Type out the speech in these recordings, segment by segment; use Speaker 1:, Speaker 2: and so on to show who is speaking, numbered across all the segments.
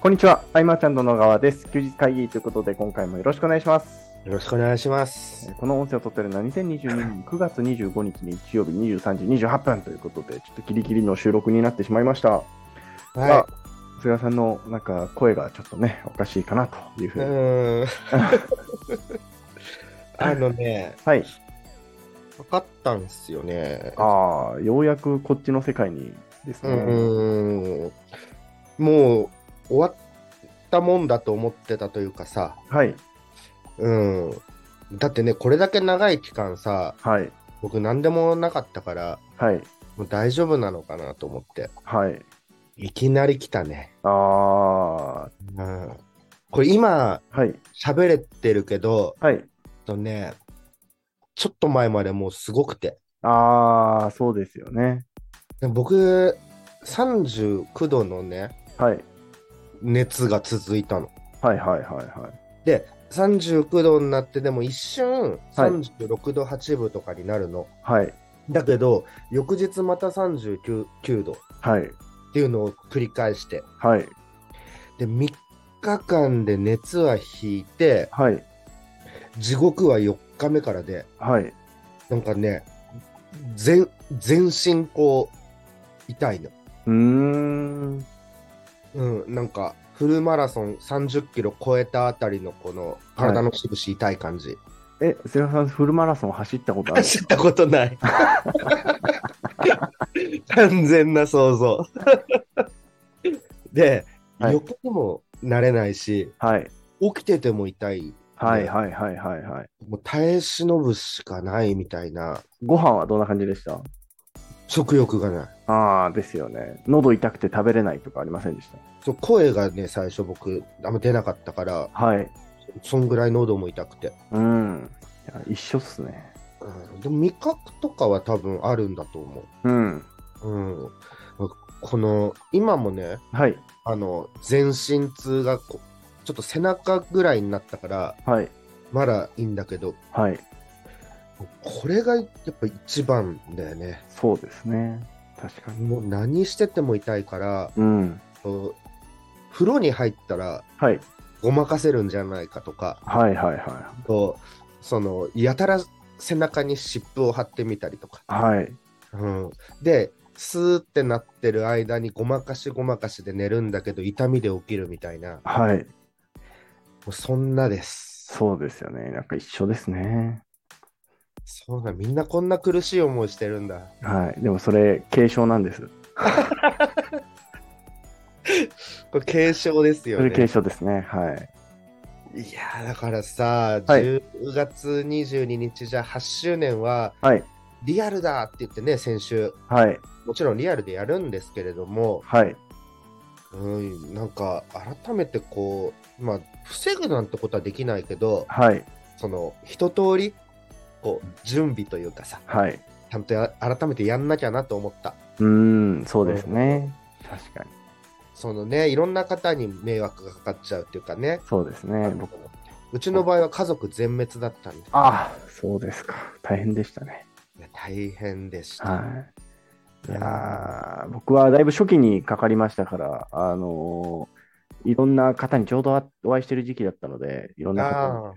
Speaker 1: こんにちは、アイマーちゃんの野川です。休日会議ということで、今回もよろしくお願いします。
Speaker 2: よろしくお願いしま
Speaker 1: え
Speaker 2: す。
Speaker 1: ーこの音声を撮っているのは2022年9月25日日曜日23時28分ということで、ちょっとギリギリの収録になってしまいました。
Speaker 2: は
Speaker 1: あ菅さんのなんか声がちょっとね、おかしいかなというふ
Speaker 2: い。
Speaker 1: う
Speaker 2: う
Speaker 1: に。
Speaker 2: ーん。あのね、
Speaker 1: はい。
Speaker 2: 分かったんですよね。
Speaker 1: ああ、ようやくこっちの世界にです
Speaker 2: う
Speaker 1: ね。
Speaker 2: ーん。もう終わったもんだと思ってたというかさ、
Speaker 1: はい。
Speaker 2: うん。だってね、これだけ長い期間さ、
Speaker 1: はい。
Speaker 2: 僕何でもなかったから、
Speaker 1: はい。
Speaker 2: もう大丈夫なのかなと思って。
Speaker 1: はい。
Speaker 2: いきなり来たね。
Speaker 1: ああ、は
Speaker 2: うん。これ今
Speaker 1: い。
Speaker 2: 喋れてるけど、
Speaker 1: はい。
Speaker 2: えっとね、ちょっと前までもうすごくて。
Speaker 1: ああ、そうですよね。
Speaker 2: でも僕39度のね
Speaker 1: はい。
Speaker 2: 熱が続いたの
Speaker 1: はいはいはいはい。
Speaker 2: で39度になってでも一瞬
Speaker 1: はい
Speaker 2: 36度8分とかになるの、
Speaker 1: はい。
Speaker 2: だけど翌日また39 9度っ
Speaker 1: はい。
Speaker 2: ていうのを繰り返して
Speaker 1: はい。
Speaker 2: で3日間で熱は引いて
Speaker 1: はい。
Speaker 2: 地獄は4日目からで
Speaker 1: はい。
Speaker 2: なんかね全全身こう痛いの
Speaker 1: うーん。
Speaker 2: うん、なんかフルマラソン30キロ超えたあたりのこの体の節々痛い感じ、
Speaker 1: え、瀬川さん、フルマラソン 走ったことある
Speaker 2: 走ったことない 完全な想像で、
Speaker 1: はい
Speaker 2: 横にもなれないし
Speaker 1: はい。
Speaker 2: 起きてても痛い
Speaker 1: はいはいはいはいはい。
Speaker 2: もう耐え忍ぶしかないみたいな
Speaker 1: ご飯はどんな感じでした
Speaker 2: 食欲がない
Speaker 1: ああ、ですよね。喉痛くて食べれないとかありませんでし
Speaker 2: そう声がね最初僕あんま出なかったから
Speaker 1: た。はい。
Speaker 2: そんぐらい喉も痛くて、
Speaker 1: うん。いや一緒っすね。
Speaker 2: うん、でも味覚とかは多分あるんだと思う
Speaker 1: うん。
Speaker 2: うん、この今もね
Speaker 1: はい。
Speaker 2: あの全身痛がこうちょっと背中ぐらいになったから
Speaker 1: はい。
Speaker 2: まだいいんだけど
Speaker 1: はい。
Speaker 2: これがやっぱ一番だよね
Speaker 1: そうですね。確かに。
Speaker 2: もう何してても痛いから
Speaker 1: うん。
Speaker 2: こう風呂に入ったら
Speaker 1: はい。
Speaker 2: ごまかせるんじゃないかとか
Speaker 1: はいはいは
Speaker 2: こうそのやたら背中に湿布を貼ってみたりとか、
Speaker 1: い。はい。
Speaker 2: うん、でスーってなってる間にごまかしごまかしで寝るんだけど痛みで起きるみたいな
Speaker 1: はい。
Speaker 2: もうそんなです。
Speaker 1: そうですよね。なんか一緒ですね。
Speaker 2: そうだ、みんなこんな苦しい思いしてるんだ。
Speaker 1: はい。でもそれ、軽症なんです。
Speaker 2: これ軽症ですよ
Speaker 1: それ軽
Speaker 2: ね。
Speaker 1: 症ですね。はい。
Speaker 2: いやーだからさ、
Speaker 1: はい
Speaker 2: 10月22日じゃ8周年は
Speaker 1: はい。
Speaker 2: リアルだって言ってね、先週。
Speaker 1: はい。
Speaker 2: もちろんリアルでやるんですけれども、
Speaker 1: はい。
Speaker 2: うん、なんか改めてこう、まあ、防ぐなんてことはできないけど、
Speaker 1: はい。
Speaker 2: その一通り、こう、準備というかさ、
Speaker 1: はい。
Speaker 2: ちゃんとや改めてやんなきゃなと思った。
Speaker 1: うーん、そうですね。確かに。
Speaker 2: そのね、いろんな方に迷惑がかかっちゃうっていうかね、
Speaker 1: そうですね。僕
Speaker 2: うちの場合は家族全滅だったんで、
Speaker 1: ああ、そうですか。大変でしたね。
Speaker 2: 大変でした。
Speaker 1: はい。いやー僕はだいぶ初期にかかりましたから、あのーいろんな方にちょうどあお会いしてる時期だったので、いろんな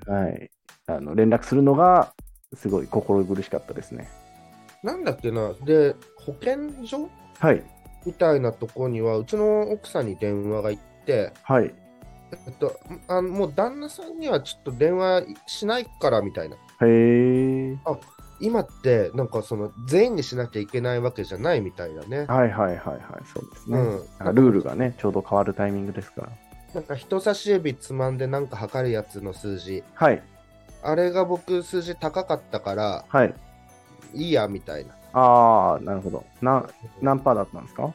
Speaker 1: 方に、はい、あの連絡するのがすごい心苦しかったですね。
Speaker 2: なんだっけな、で、保健所
Speaker 1: はい、
Speaker 2: みたいなとこには、うちの奥さんに電話が行って、
Speaker 1: はい、
Speaker 2: えっと、あもう旦那さんにはちょっと電話しないからみたいな。
Speaker 1: へー
Speaker 2: 今って、なんかその、全員にしなきゃいけないわけじゃないみたいだね。
Speaker 1: はいはいはいはい、そうです
Speaker 2: う
Speaker 1: ね。な
Speaker 2: ん、
Speaker 1: んかルールがね、ちょうど変わるタイミングですから。
Speaker 2: なんか人差し指つまんでなんか測るやつの数字
Speaker 1: はい、
Speaker 2: あれが僕数字高かったから
Speaker 1: はい。
Speaker 2: いいやみたいな
Speaker 1: ああ、なるほど。な何パーだったんですか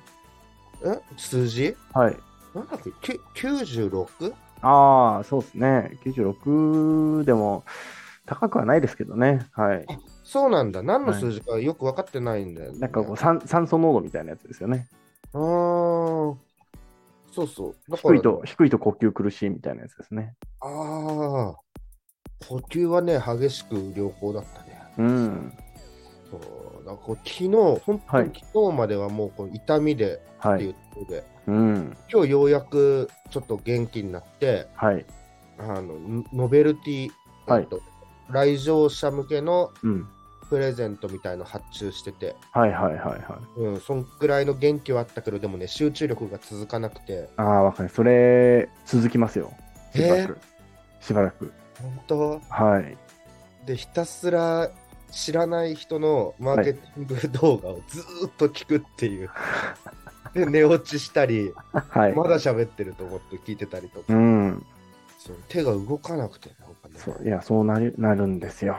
Speaker 2: え数字
Speaker 1: はい。
Speaker 2: なんだっけきゅ 96?
Speaker 1: ああ、そうですね。96でも高くはないですけどね。はい。
Speaker 2: そうなんだ。何の数字かよく分かってないんだよ、ね
Speaker 1: なんかこう酸酸素濃度みたいなやつですよね。
Speaker 2: あーそうそう。だから
Speaker 1: 低いと、低いと呼吸苦しいみたいなやつですね。
Speaker 2: ああ。呼吸はね、激しく良好だったね。
Speaker 1: うん。
Speaker 2: そうだからこう昨日、本当に昨日まではもうこう痛みでっ
Speaker 1: は
Speaker 2: てい
Speaker 1: い。
Speaker 2: うことで、
Speaker 1: うん。
Speaker 2: 今日ようやくちょっと元気になって、
Speaker 1: はい。
Speaker 2: あのノノベルティ、
Speaker 1: はい
Speaker 2: えっと来場者向けの
Speaker 1: うん。
Speaker 2: プレゼントみたいの発注してて、
Speaker 1: はいはいはいはい。
Speaker 2: うん、そんくらいの元気はあったけど、でもね、集中力が続かなくて、
Speaker 1: ああ、わかる。それ、続きますよ。しば
Speaker 2: え
Speaker 1: らく。しばらく。
Speaker 2: 本当
Speaker 1: はい。
Speaker 2: で、ひたすら知らない人のマーケティング動画をずーっと聞くって いう。で寝落ちしたり、
Speaker 1: はい。
Speaker 2: まだ喋ってると思って聞いてたりとか、
Speaker 1: うん。
Speaker 2: そう手が動かなくて、なんかね
Speaker 1: そういや、そうなるなるんですよ。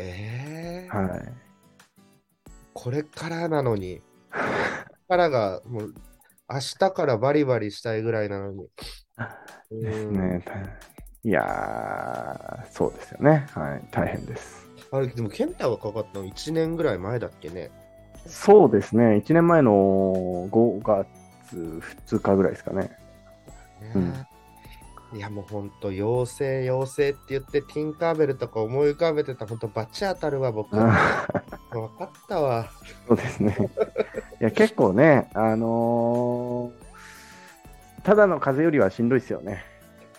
Speaker 2: えー
Speaker 1: はい。
Speaker 2: これからな のに、これからがもう明日からバリバリしたいぐらいなのに。うん
Speaker 1: ですね。大いやー、そうですよね。はい。大変です。
Speaker 2: あれでも、健太がかかったの1年ぐらい前だっけね。
Speaker 1: そうですね。1年前の5月2日ぐらいですかね。 うん
Speaker 2: いやもうほんと妖精妖精って言ってティンカーベルとか思い浮かべてたほんとバチ当たるわ僕分か
Speaker 1: あー
Speaker 2: ったわ
Speaker 1: そうですね。いや、結構ね、あのーただの風邪よりはしんどいですよね。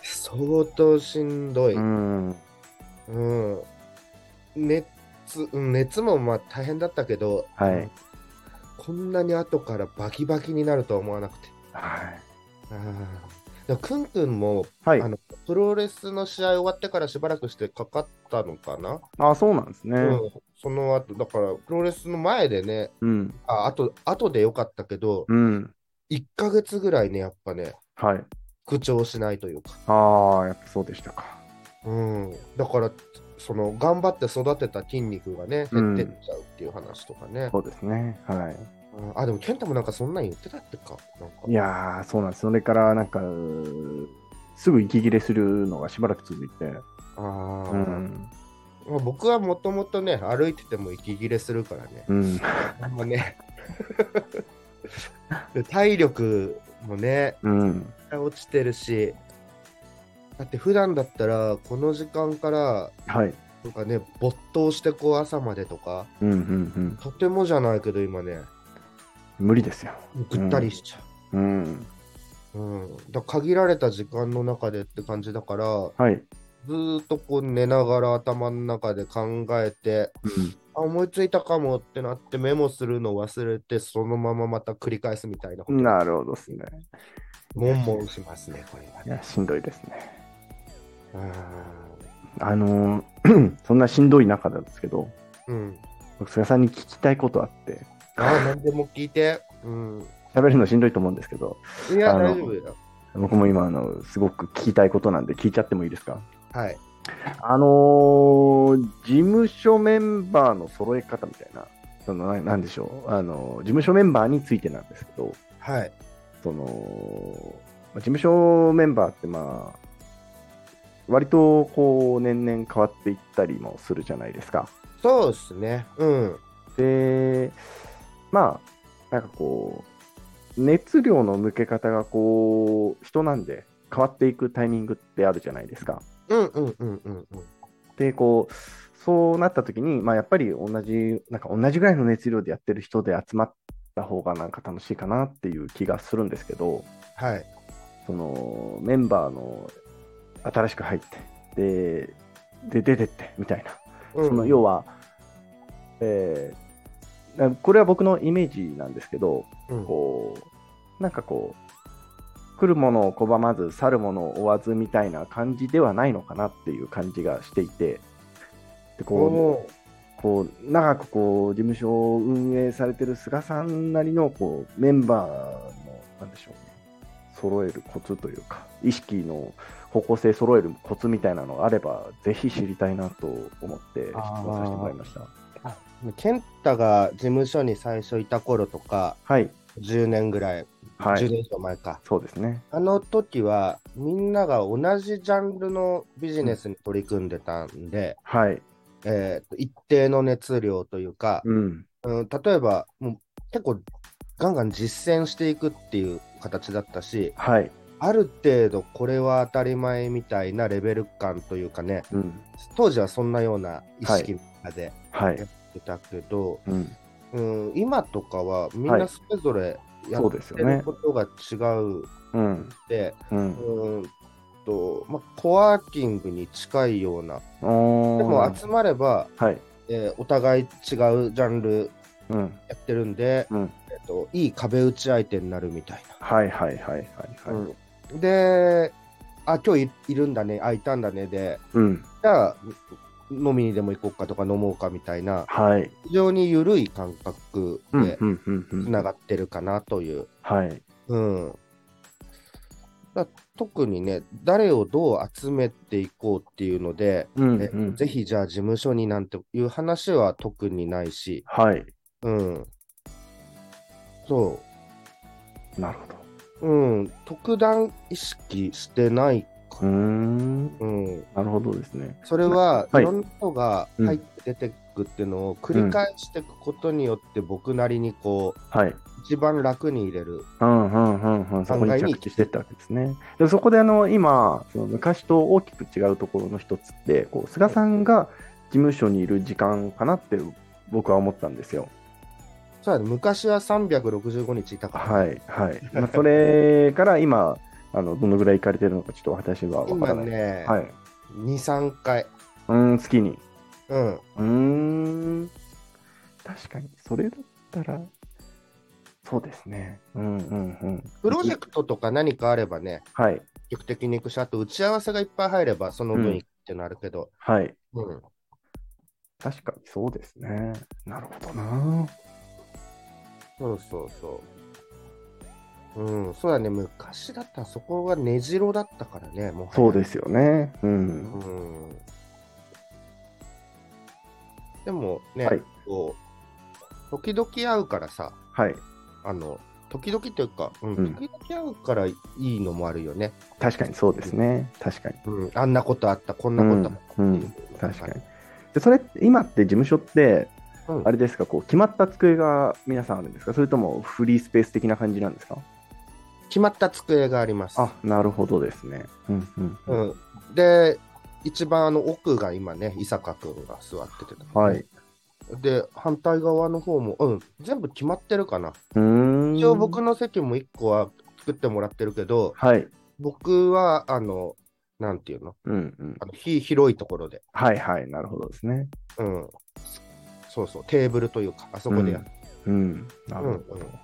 Speaker 2: 相当しんどい、
Speaker 1: う
Speaker 2: うん
Speaker 1: ん。
Speaker 2: 熱うん熱もまあ大変だったけど、
Speaker 1: はい。
Speaker 2: こんなに後からバキバキになるとは思わなくて
Speaker 1: はい。
Speaker 2: あーでもくんくんも、
Speaker 1: はい。
Speaker 2: あのプロレスの試合終わってからしばらくしてかかったのかな、
Speaker 1: あ、そうなんですね。
Speaker 2: うん、その後だからプロレスの前でね
Speaker 1: うん。
Speaker 2: ああと後でよかったけど、
Speaker 1: うん。
Speaker 2: 1ヶ月ぐらいね、やっぱね、
Speaker 1: はい。
Speaker 2: 口調しないというか、
Speaker 1: ああ、やっぱそうでしたか。
Speaker 2: うん、だから、その頑張って育てた筋肉がね、減ってっちゃうっていう話とかね、
Speaker 1: そうですね。はい。
Speaker 2: うんあ、でも、健太もなんかそんなん言ってたってか、なんか、
Speaker 1: いやー、そうなんです。それから、なんか、うーすぐ息切れするのがしばらく続いて。
Speaker 2: あ
Speaker 1: う
Speaker 2: ー
Speaker 1: ん。
Speaker 2: まあ僕はもともとね、歩いてても息切れするからね、
Speaker 1: うん。
Speaker 2: あんま ね、で体力もね、
Speaker 1: うん。
Speaker 2: 落ちてるし、だって普段だったら、この時間から、
Speaker 1: はい。
Speaker 2: なんかね、没頭してこう朝までとか、
Speaker 1: うんうんうん。
Speaker 2: とてもじゃないけど今ね、
Speaker 1: 無理ですよ。
Speaker 2: ぐったりしちゃ
Speaker 1: うん。
Speaker 2: う。うんだから限られた時間の中でって感じだから、
Speaker 1: はい。
Speaker 2: ずーっとこう寝ながら頭の中で考えて、
Speaker 1: うん
Speaker 2: あ、思いついたかもってなってメモするの忘れて、そのまままた繰り返すみたいな、
Speaker 1: なるほどですね。。
Speaker 2: もんもんしますね、これはい
Speaker 1: や、しんどいですね。
Speaker 2: う
Speaker 1: あのー そんなしんどい中なんですけど、
Speaker 2: ーん。うん、
Speaker 1: 僕、菅さんに聞きたいことあって、
Speaker 2: あー、何でも聞いて。うん、
Speaker 1: 喋るのしんどいと思うんですけど、
Speaker 2: いや、
Speaker 1: あの
Speaker 2: 大丈夫だよ。
Speaker 1: 僕も今、あの、すごく聞きたいことなんで、聞いちゃってもいいですか
Speaker 2: はい。
Speaker 1: あのー事務所メンバーの揃え方みたいな、その、ななんでしょう、あのー事務所メンバーについてなんですけど、
Speaker 2: はい。
Speaker 1: その、まあ事務所メンバーって、まあ、割とこう年々変わっていったりもするじゃないですか。
Speaker 2: そうですね。うん。
Speaker 1: で、まあ、なんかこう、熱量の向け方がこう、人なんで変わっていくタイミングってあるじゃないですか。
Speaker 2: うんうんうんうんうん。
Speaker 1: で、こう、そうなった時に、まあやっぱり同じ、なんか同じぐらいの熱量でやってる人で集まった方がなんか楽しいかなっていう気がするんですけど、
Speaker 2: はい。
Speaker 1: そのメンバーの新しく入って、で、で出てってみたいな。
Speaker 2: うん
Speaker 1: その要は、えーなこれは僕のイメージなんですけど、
Speaker 2: うん
Speaker 1: こう、なんかこう、来るものを拒まず、去るものを追わずみたいな感じではないのかなっていう感じがしていて、でこ
Speaker 2: おー
Speaker 1: うこう長くこう事務所を運営されてる菅さんなりのこうメンバーの、なんでしょうね、揃えるコツというか、意識の方向性揃えるコツみたいなのがあれば、ぜひ知りたいなと思って質問させてもらいました。
Speaker 2: 健太が事務所に最初いた頃とか
Speaker 1: はい、
Speaker 2: 10年ぐらい、
Speaker 1: は
Speaker 2: 10
Speaker 1: い、
Speaker 2: 年以上前か
Speaker 1: そうですね。
Speaker 2: あの時はみんなが同じジャンルのビジネスに取り組んでたんで、
Speaker 1: はい、
Speaker 2: えーと一定の熱量というか、
Speaker 1: うん、
Speaker 2: うん、例えばもう結構ガンガン実践していくっていう形だったし
Speaker 1: はい、
Speaker 2: ある程度これは当たり前みたいなレベル感というかね
Speaker 1: うん、
Speaker 2: 当時はそんなような意識の中で
Speaker 1: はい
Speaker 2: やっ。ってたけど、
Speaker 1: うん、
Speaker 2: うん、今とかはみん
Speaker 1: は
Speaker 2: ないそれぞれや
Speaker 1: そう
Speaker 2: っ
Speaker 1: です
Speaker 2: て
Speaker 1: よね
Speaker 2: ることが違う
Speaker 1: うん、
Speaker 2: で、
Speaker 1: うん。
Speaker 2: うーんとまあ、コワーキングに近いような、
Speaker 1: で
Speaker 2: でも
Speaker 1: も
Speaker 2: 集まれば、
Speaker 1: はい、
Speaker 2: えーお互い違うジャンル
Speaker 1: うん、
Speaker 2: やってるんで、
Speaker 1: うん。
Speaker 2: えっと、いい壁打ち相手になるみたい
Speaker 1: はいはいはいはいは
Speaker 2: な。
Speaker 1: い。
Speaker 2: うんで、あ、今日いいるんだね、あ、いたんだねで、
Speaker 1: うん、
Speaker 2: じゃあ、飲みにでも行こうかとか飲もうかみたいな、
Speaker 1: はい。
Speaker 2: 非常に緩い感覚
Speaker 1: うん、
Speaker 2: で
Speaker 1: うん、うん、う
Speaker 2: つ
Speaker 1: ん。
Speaker 2: ながってるかなという。
Speaker 1: はい。
Speaker 2: うん。だ特にね、誰をどう集めていこうっていうので、
Speaker 1: うん、う
Speaker 2: え
Speaker 1: ん。
Speaker 2: ぜひじゃあ事務所になんていう話は特にないし、
Speaker 1: はい。
Speaker 2: うん。そ
Speaker 1: なるほど。
Speaker 2: う、うん、特段意識してない、
Speaker 1: うーん、
Speaker 2: うん。
Speaker 1: なるほどですね。
Speaker 2: それは、い
Speaker 1: はい
Speaker 2: ろんな人が入って出てくっていうのを繰り返していくことによって、僕なりにこう、
Speaker 1: はい。
Speaker 2: 一番楽に入れる。
Speaker 1: うんうんうんうん、そこに
Speaker 2: 考えに
Speaker 1: 着地してったわけですね。でそこであの今、その昔と大きく違うところの一つって、こう菅さんが事務所にいる時間かなって僕は思ったんですよ。
Speaker 2: そうだね、昔は365日いたから、
Speaker 1: はいはい。まあ、それから今あの、どのぐらい行かれてるのかちょっと私はわから
Speaker 2: 今
Speaker 1: ない。
Speaker 2: ね、
Speaker 1: はい、
Speaker 2: 2、3回。
Speaker 1: うーん、月に。
Speaker 2: うん。
Speaker 1: うーん、確かに、それだったら、そうですね。うんうんうん。
Speaker 2: プロジェクトとか何かあればね、
Speaker 1: はい
Speaker 2: 積極的に行くし、あと打ち合わせがいっぱい入れば、その分行くっていうのあるけど、
Speaker 1: はい。
Speaker 2: うん
Speaker 1: 確かにそうですね。なるほどな。
Speaker 2: そうそうそう。うん、そうだね、昔だったらそこが根城だったからね、もはや
Speaker 1: そうですよね。うん。
Speaker 2: うん。でもね、
Speaker 1: はい
Speaker 2: こう、時々会うからさ、
Speaker 1: はい。
Speaker 2: あの、時々というか、うん
Speaker 1: うん
Speaker 2: 時々会うからいいのもあるよね。
Speaker 1: 確かにそうですね。確かに。
Speaker 2: うん、あんなことあった、こんなことあった
Speaker 1: うん
Speaker 2: っ
Speaker 1: う
Speaker 2: てい
Speaker 1: ん
Speaker 2: う、
Speaker 1: 確かに。で、それ、今って事務所って、
Speaker 2: うん
Speaker 1: あれですか、こう、決まった机が皆さんあるんですかそれともフリースペース的な感じなんですか
Speaker 2: 決まった机があります。
Speaker 1: あ、なるほどですね。うんうんう。
Speaker 2: うんん、で、一番あの奥が今ね、伊坂君が座ってて、
Speaker 1: はい。。
Speaker 2: で、反対側の方も、うん、全部決まってるかな。
Speaker 1: うーん。
Speaker 2: 一応僕の席も1個は作ってもらってるけど、
Speaker 1: はい。
Speaker 2: 僕は、あの、なんていうの、
Speaker 1: うんうん
Speaker 2: あ。のひ広いところで、
Speaker 1: はいはい。なるほどですね。
Speaker 2: うん、そうそう、テーブルというか、あそこでやる。
Speaker 1: うん。なるほ
Speaker 2: うんう
Speaker 1: ど
Speaker 2: ん。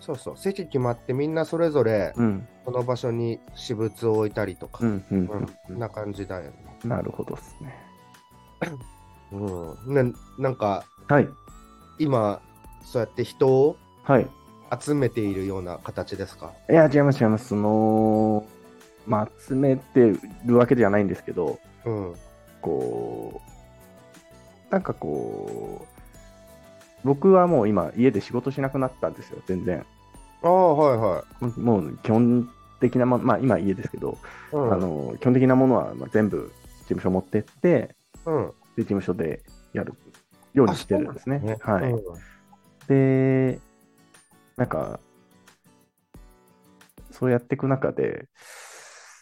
Speaker 2: そうそう、席決まって、みんなそれぞれ、
Speaker 1: うん。
Speaker 2: この場所に私物を置いたりとか、
Speaker 1: うんうん
Speaker 2: う
Speaker 1: うんん
Speaker 2: こんな感じだよね。
Speaker 1: うん。なるほどですね。
Speaker 2: うん、ねなんか、
Speaker 1: はい。
Speaker 2: 今そうやって人を
Speaker 1: はい。
Speaker 2: 集めているような形ですか
Speaker 1: いや、違います、違います。その、まあ、集めてるわけじゃないんですけど、
Speaker 2: うん
Speaker 1: こう、なんかこう、僕はもう今、家で仕事しなくなったんですよ、全然。
Speaker 2: ああはいはい、
Speaker 1: もう基本的なもの、まあ今家ですけど、
Speaker 2: うん、
Speaker 1: あの基本的なものはまあ全部事務所持ってって、
Speaker 2: うん
Speaker 1: で事務所でやるようにしてるんですね。はい、
Speaker 2: うん
Speaker 1: で、なんか、そうやっていく中で、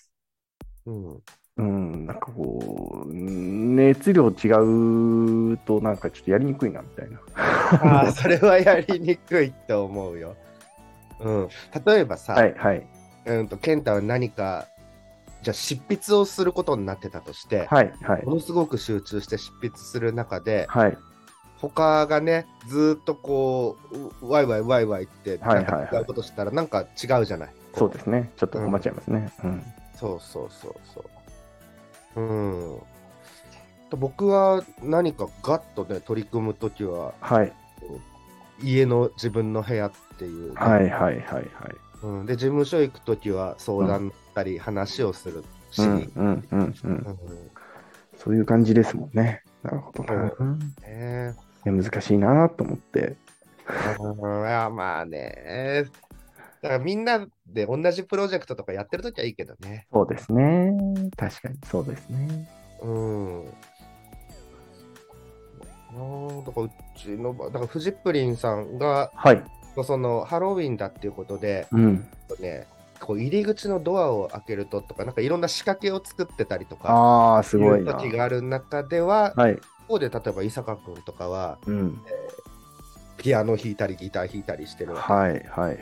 Speaker 2: うん
Speaker 1: うん、なんかこう、うん熱量違うと、なんかちょっとやりにくいなみたいな。
Speaker 2: ああそれはやりにくいと思うよ、うん、例えばさ、
Speaker 1: はい、はい、
Speaker 2: うんと健太は何かじゃあ執筆をすることになってたとして、
Speaker 1: はい、はい
Speaker 2: も、のすごく集中して執筆する中で
Speaker 1: はい、
Speaker 2: 他がねずーっとこううワイワイワイワイって
Speaker 1: は
Speaker 2: ないん
Speaker 1: はいはい
Speaker 2: か違うことしたらなんか違うじゃない、
Speaker 1: そうですね。ちょっと困っちゃいますね。うん。
Speaker 2: そうそうそうそう。うん。と僕は何かガッとね取り組むときは
Speaker 1: はい、
Speaker 2: 家の自分の部屋っていう、
Speaker 1: はい、はい、はい、はい。
Speaker 2: うん、で事務所行くときは相談したり話をするし、
Speaker 1: う、
Speaker 2: うんん
Speaker 1: うん、うん、うん。そういう感じですもんね。なるほどな。
Speaker 2: ね
Speaker 1: いや難しいなと思って。
Speaker 2: うんいやまあねだからみんなで同じプロジェクトとかやってるときはいいけどね
Speaker 1: そうですね。確かにそうですね。
Speaker 2: うんうんだからうちの場だからフジップリンさんが
Speaker 1: はい。
Speaker 2: そのハロウィンだっていうことで、
Speaker 1: うん。
Speaker 2: ね、こう入り口のドアを開けるととか、なんかいろんな仕掛けを作ってたりとか、
Speaker 1: ああ、すごい
Speaker 2: いう
Speaker 1: な。
Speaker 2: 時がある中では、
Speaker 1: はい。
Speaker 2: 方で例えば伊坂君とかは
Speaker 1: うん。
Speaker 2: ピアノ弾いたりギター弾いたりしてるわけ
Speaker 1: はいはいはい。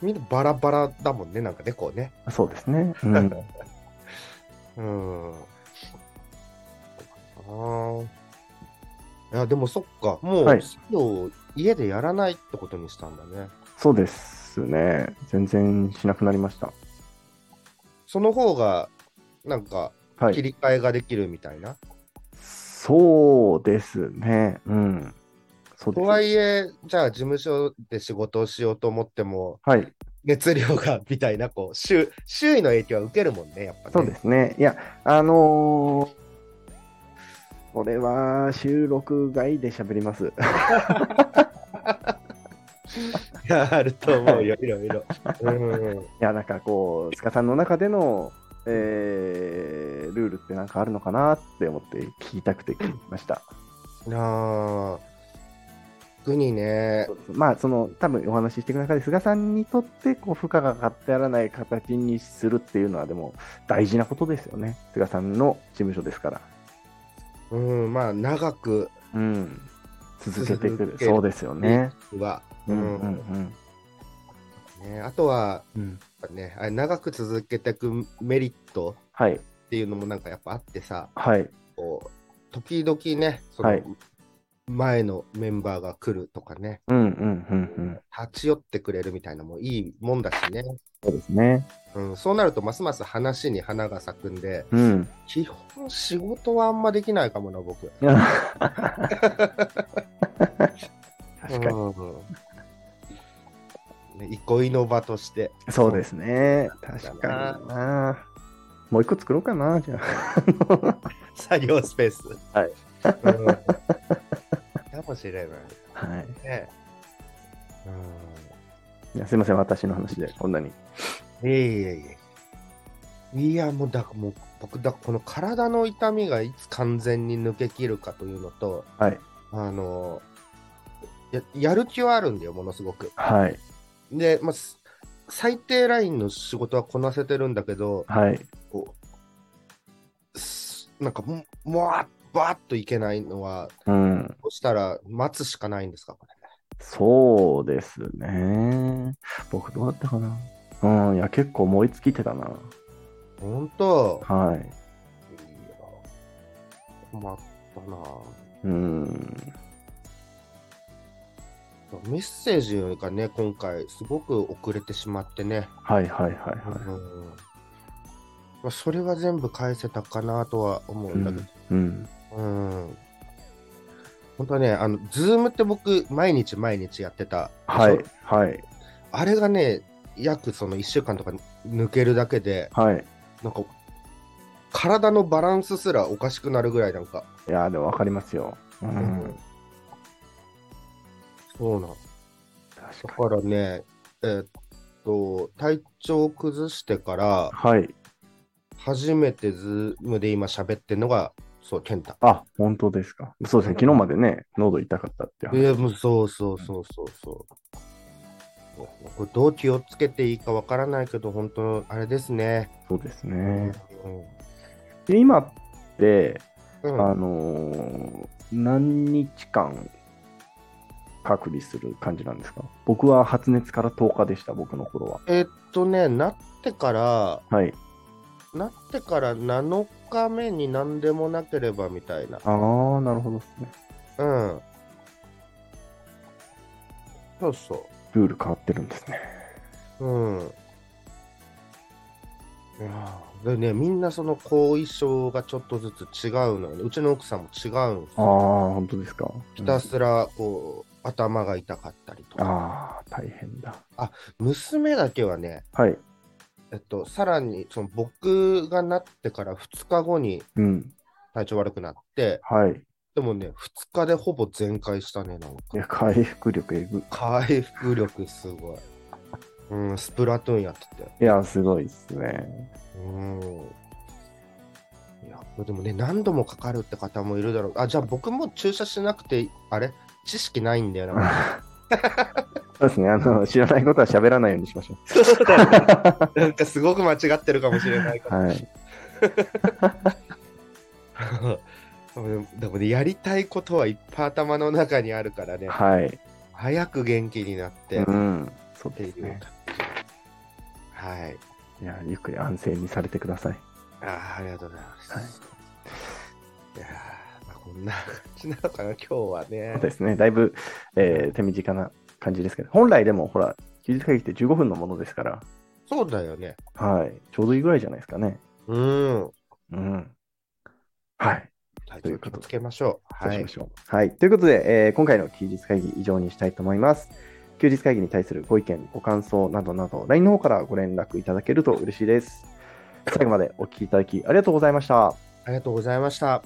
Speaker 2: みんなバラバラだもんねなんかねこうね
Speaker 1: そうですね。 うん、
Speaker 2: うんあーいやでもそっかも
Speaker 1: は
Speaker 2: う
Speaker 1: い
Speaker 2: 作業を家でやらないってことにしたんだね
Speaker 1: そうですね。全然しなくなりました。
Speaker 2: その方がなんか
Speaker 1: は
Speaker 2: 切
Speaker 1: い。
Speaker 2: り替えができるみたいな、
Speaker 1: そうですね。うん。そうで
Speaker 2: と
Speaker 1: す。
Speaker 2: はいえじゃあ事務所で仕事をしようと思っても
Speaker 1: はい。
Speaker 2: 熱量がみたいなこう周周囲の影響は受けるもんねやっぱね
Speaker 1: そうですね。いや、あのーこれは収録外で喋ります。
Speaker 2: いやあると思うよ、いろいろ。うん、
Speaker 1: いや、なんかこう、塚さんの中での、えールールってなんかあるのかなって思って聞きたくて聞きました。
Speaker 2: なあ、特にね、
Speaker 1: まあ、その、多分お話ししていく中で、菅さんにとって、こう、負荷がかかってやらない形にするっていうのは、でも、大事なことですよね。菅さんの事務所ですから。
Speaker 2: うん、まあ、長く
Speaker 1: うん。続けてくる
Speaker 2: 続。ける
Speaker 1: そうですよね。
Speaker 2: は、
Speaker 1: う
Speaker 2: うんん
Speaker 1: うんうん。
Speaker 2: ね、あとは、
Speaker 1: うん
Speaker 2: やっぱね、あれ長く続けていくメリット
Speaker 1: はい、
Speaker 2: っていうのもなんかやっぱあってさ、
Speaker 1: はい、
Speaker 2: こう時々ね、その
Speaker 1: はい
Speaker 2: 前のメンバーが来るとかね、
Speaker 1: うんうんうんうん。
Speaker 2: 立ち寄ってくれるみたいなのもいいもんだしね、
Speaker 1: そうですね。
Speaker 2: うん、そうなるとますます話に花が咲くんで、
Speaker 1: うん。
Speaker 2: 基本仕事はあんまできないかもな、僕。
Speaker 1: 確かに。
Speaker 2: うんね、憩いの場として。
Speaker 1: そうですね。確かにな。もう一個作ろうかな、じゃあ。
Speaker 2: 作業スペース。
Speaker 1: はい
Speaker 2: うん。かもしれない。
Speaker 1: はい。
Speaker 2: ね。
Speaker 1: いやすいません、私の話で、こんなに。
Speaker 2: うん。いえいえいえ。いや、もうだ、もう、僕だ、この体の痛みがいつ完全に抜けきるかというのと、
Speaker 1: はい。
Speaker 2: あの、ややる気はあるんだよ、ものすごく。
Speaker 1: はい。
Speaker 2: で、まあ、す最低ラインの仕事はこなせてるんだけど、
Speaker 1: はい。
Speaker 2: こうすなんかももわっばっといけないのは
Speaker 1: うん。
Speaker 2: そしたら待つしかないんですかこれ
Speaker 1: そうですね。僕どうだったかな。うん、いや、結構燃え尽きてたな。
Speaker 2: 本当
Speaker 1: はい。
Speaker 2: いや困ったな
Speaker 1: うん。
Speaker 2: メッセージがね今回すごく遅れてしまってね、
Speaker 1: はいはいはい
Speaker 2: うん
Speaker 1: は
Speaker 2: まあ、それは全部返せたかなとは思うんだけど、
Speaker 1: い。うん。
Speaker 2: うん本当はねあのズームって僕毎日毎日やってたでしょ
Speaker 1: はいはい
Speaker 2: あれがね約その1週間とか抜けるだけで
Speaker 1: はい。
Speaker 2: なんか、体のバランスすらおかしくなるぐらいなんか。
Speaker 1: いや、でも分かりますよ。うん。
Speaker 2: そうなん。だ
Speaker 1: 確か
Speaker 2: からね、えーっと、体調を崩してから
Speaker 1: に。、はい。
Speaker 2: 初めてズームで今喋ってんのが、そう、健太。
Speaker 1: あ、本当ですか。そうですね。昨日までね、喉痛かったって
Speaker 2: い
Speaker 1: 話。
Speaker 2: や、もうそうそうそうそうそう。これどう気をつけていいかわからないけど、本当あれですね。
Speaker 1: そうです
Speaker 2: う
Speaker 1: ね。
Speaker 2: ん。
Speaker 1: で、今って、
Speaker 2: うん
Speaker 1: あのー何日間隔離する感じなんですか僕は発熱から10日でした、僕の頃は。
Speaker 2: えーっとね、なってから、
Speaker 1: はい。
Speaker 2: なってから7日目に何でもなければみたいな。
Speaker 1: ああ、なるほどですね。
Speaker 2: うん。そうそ
Speaker 1: ルール変わってるんですね。
Speaker 2: う。うん。いやーでね、みんなその後遺症がちょっとずつ違うのよね。うちの奥さんも違うんです
Speaker 1: ああ、
Speaker 2: よ。
Speaker 1: 本当ですか。
Speaker 2: ひたすらこう頭が痛かったりとか。
Speaker 1: ああ、大変だ。
Speaker 2: 娘だけはね、
Speaker 1: はい。
Speaker 2: えっと、さらにその僕がなってから2日後に
Speaker 1: うん。
Speaker 2: 体調悪くなって、
Speaker 1: はい。
Speaker 2: でもね、2日でほぼ全開したね、なん
Speaker 1: い
Speaker 2: か。
Speaker 1: や、回復力えぐ。
Speaker 2: 回復力すごい。うん、スプラトゥーンやってて。
Speaker 1: いや、すごいですね。
Speaker 2: うん。いや、でもね、何度もかかるって方もいるだろう。あ、じゃあ僕も注射しなくて、あれ知識ないんだ よな。
Speaker 1: そうですね。あの、知らないことは喋らないようにしましょ
Speaker 2: そうだよねなんかすごく間違ってるかもしれないか
Speaker 1: う。
Speaker 2: ら。
Speaker 1: はい。
Speaker 2: でもね、やりたいことはいっぱい頭の中にあるからね、
Speaker 1: はい。
Speaker 2: 早く元気になってっ
Speaker 1: うん。そう
Speaker 2: て
Speaker 1: で
Speaker 2: いう
Speaker 1: すね
Speaker 2: 感。じはい。
Speaker 1: いや、ゆっくり安静にされてください。
Speaker 2: あーありがとうございます。
Speaker 1: はい
Speaker 2: いやーまあ、こんな感じなのかな、今日は
Speaker 1: そう
Speaker 2: ね。
Speaker 1: ですね。だいぶ、えー手短な感じですけど、本来でもほら、休日会議って15分のものですから、
Speaker 2: そうだよね。
Speaker 1: はい。ちょうどいいぐらいじゃないですかね。
Speaker 2: うん。
Speaker 1: うん。はい。
Speaker 2: 体
Speaker 1: とい
Speaker 2: 調
Speaker 1: うこ
Speaker 2: 気
Speaker 1: と
Speaker 2: を
Speaker 1: で
Speaker 2: つけましょう。
Speaker 1: そう
Speaker 2: は
Speaker 1: し
Speaker 2: い
Speaker 1: ま。しょう。はい。ということで、えー今回の休日会議以上にしたいと思います。休日会議に対するご意見、ご感想などなど、LINE の方からご連絡いただ けると嬉しいです。最後までお聞きいただきありがとうございました。
Speaker 2: ありがとうございました。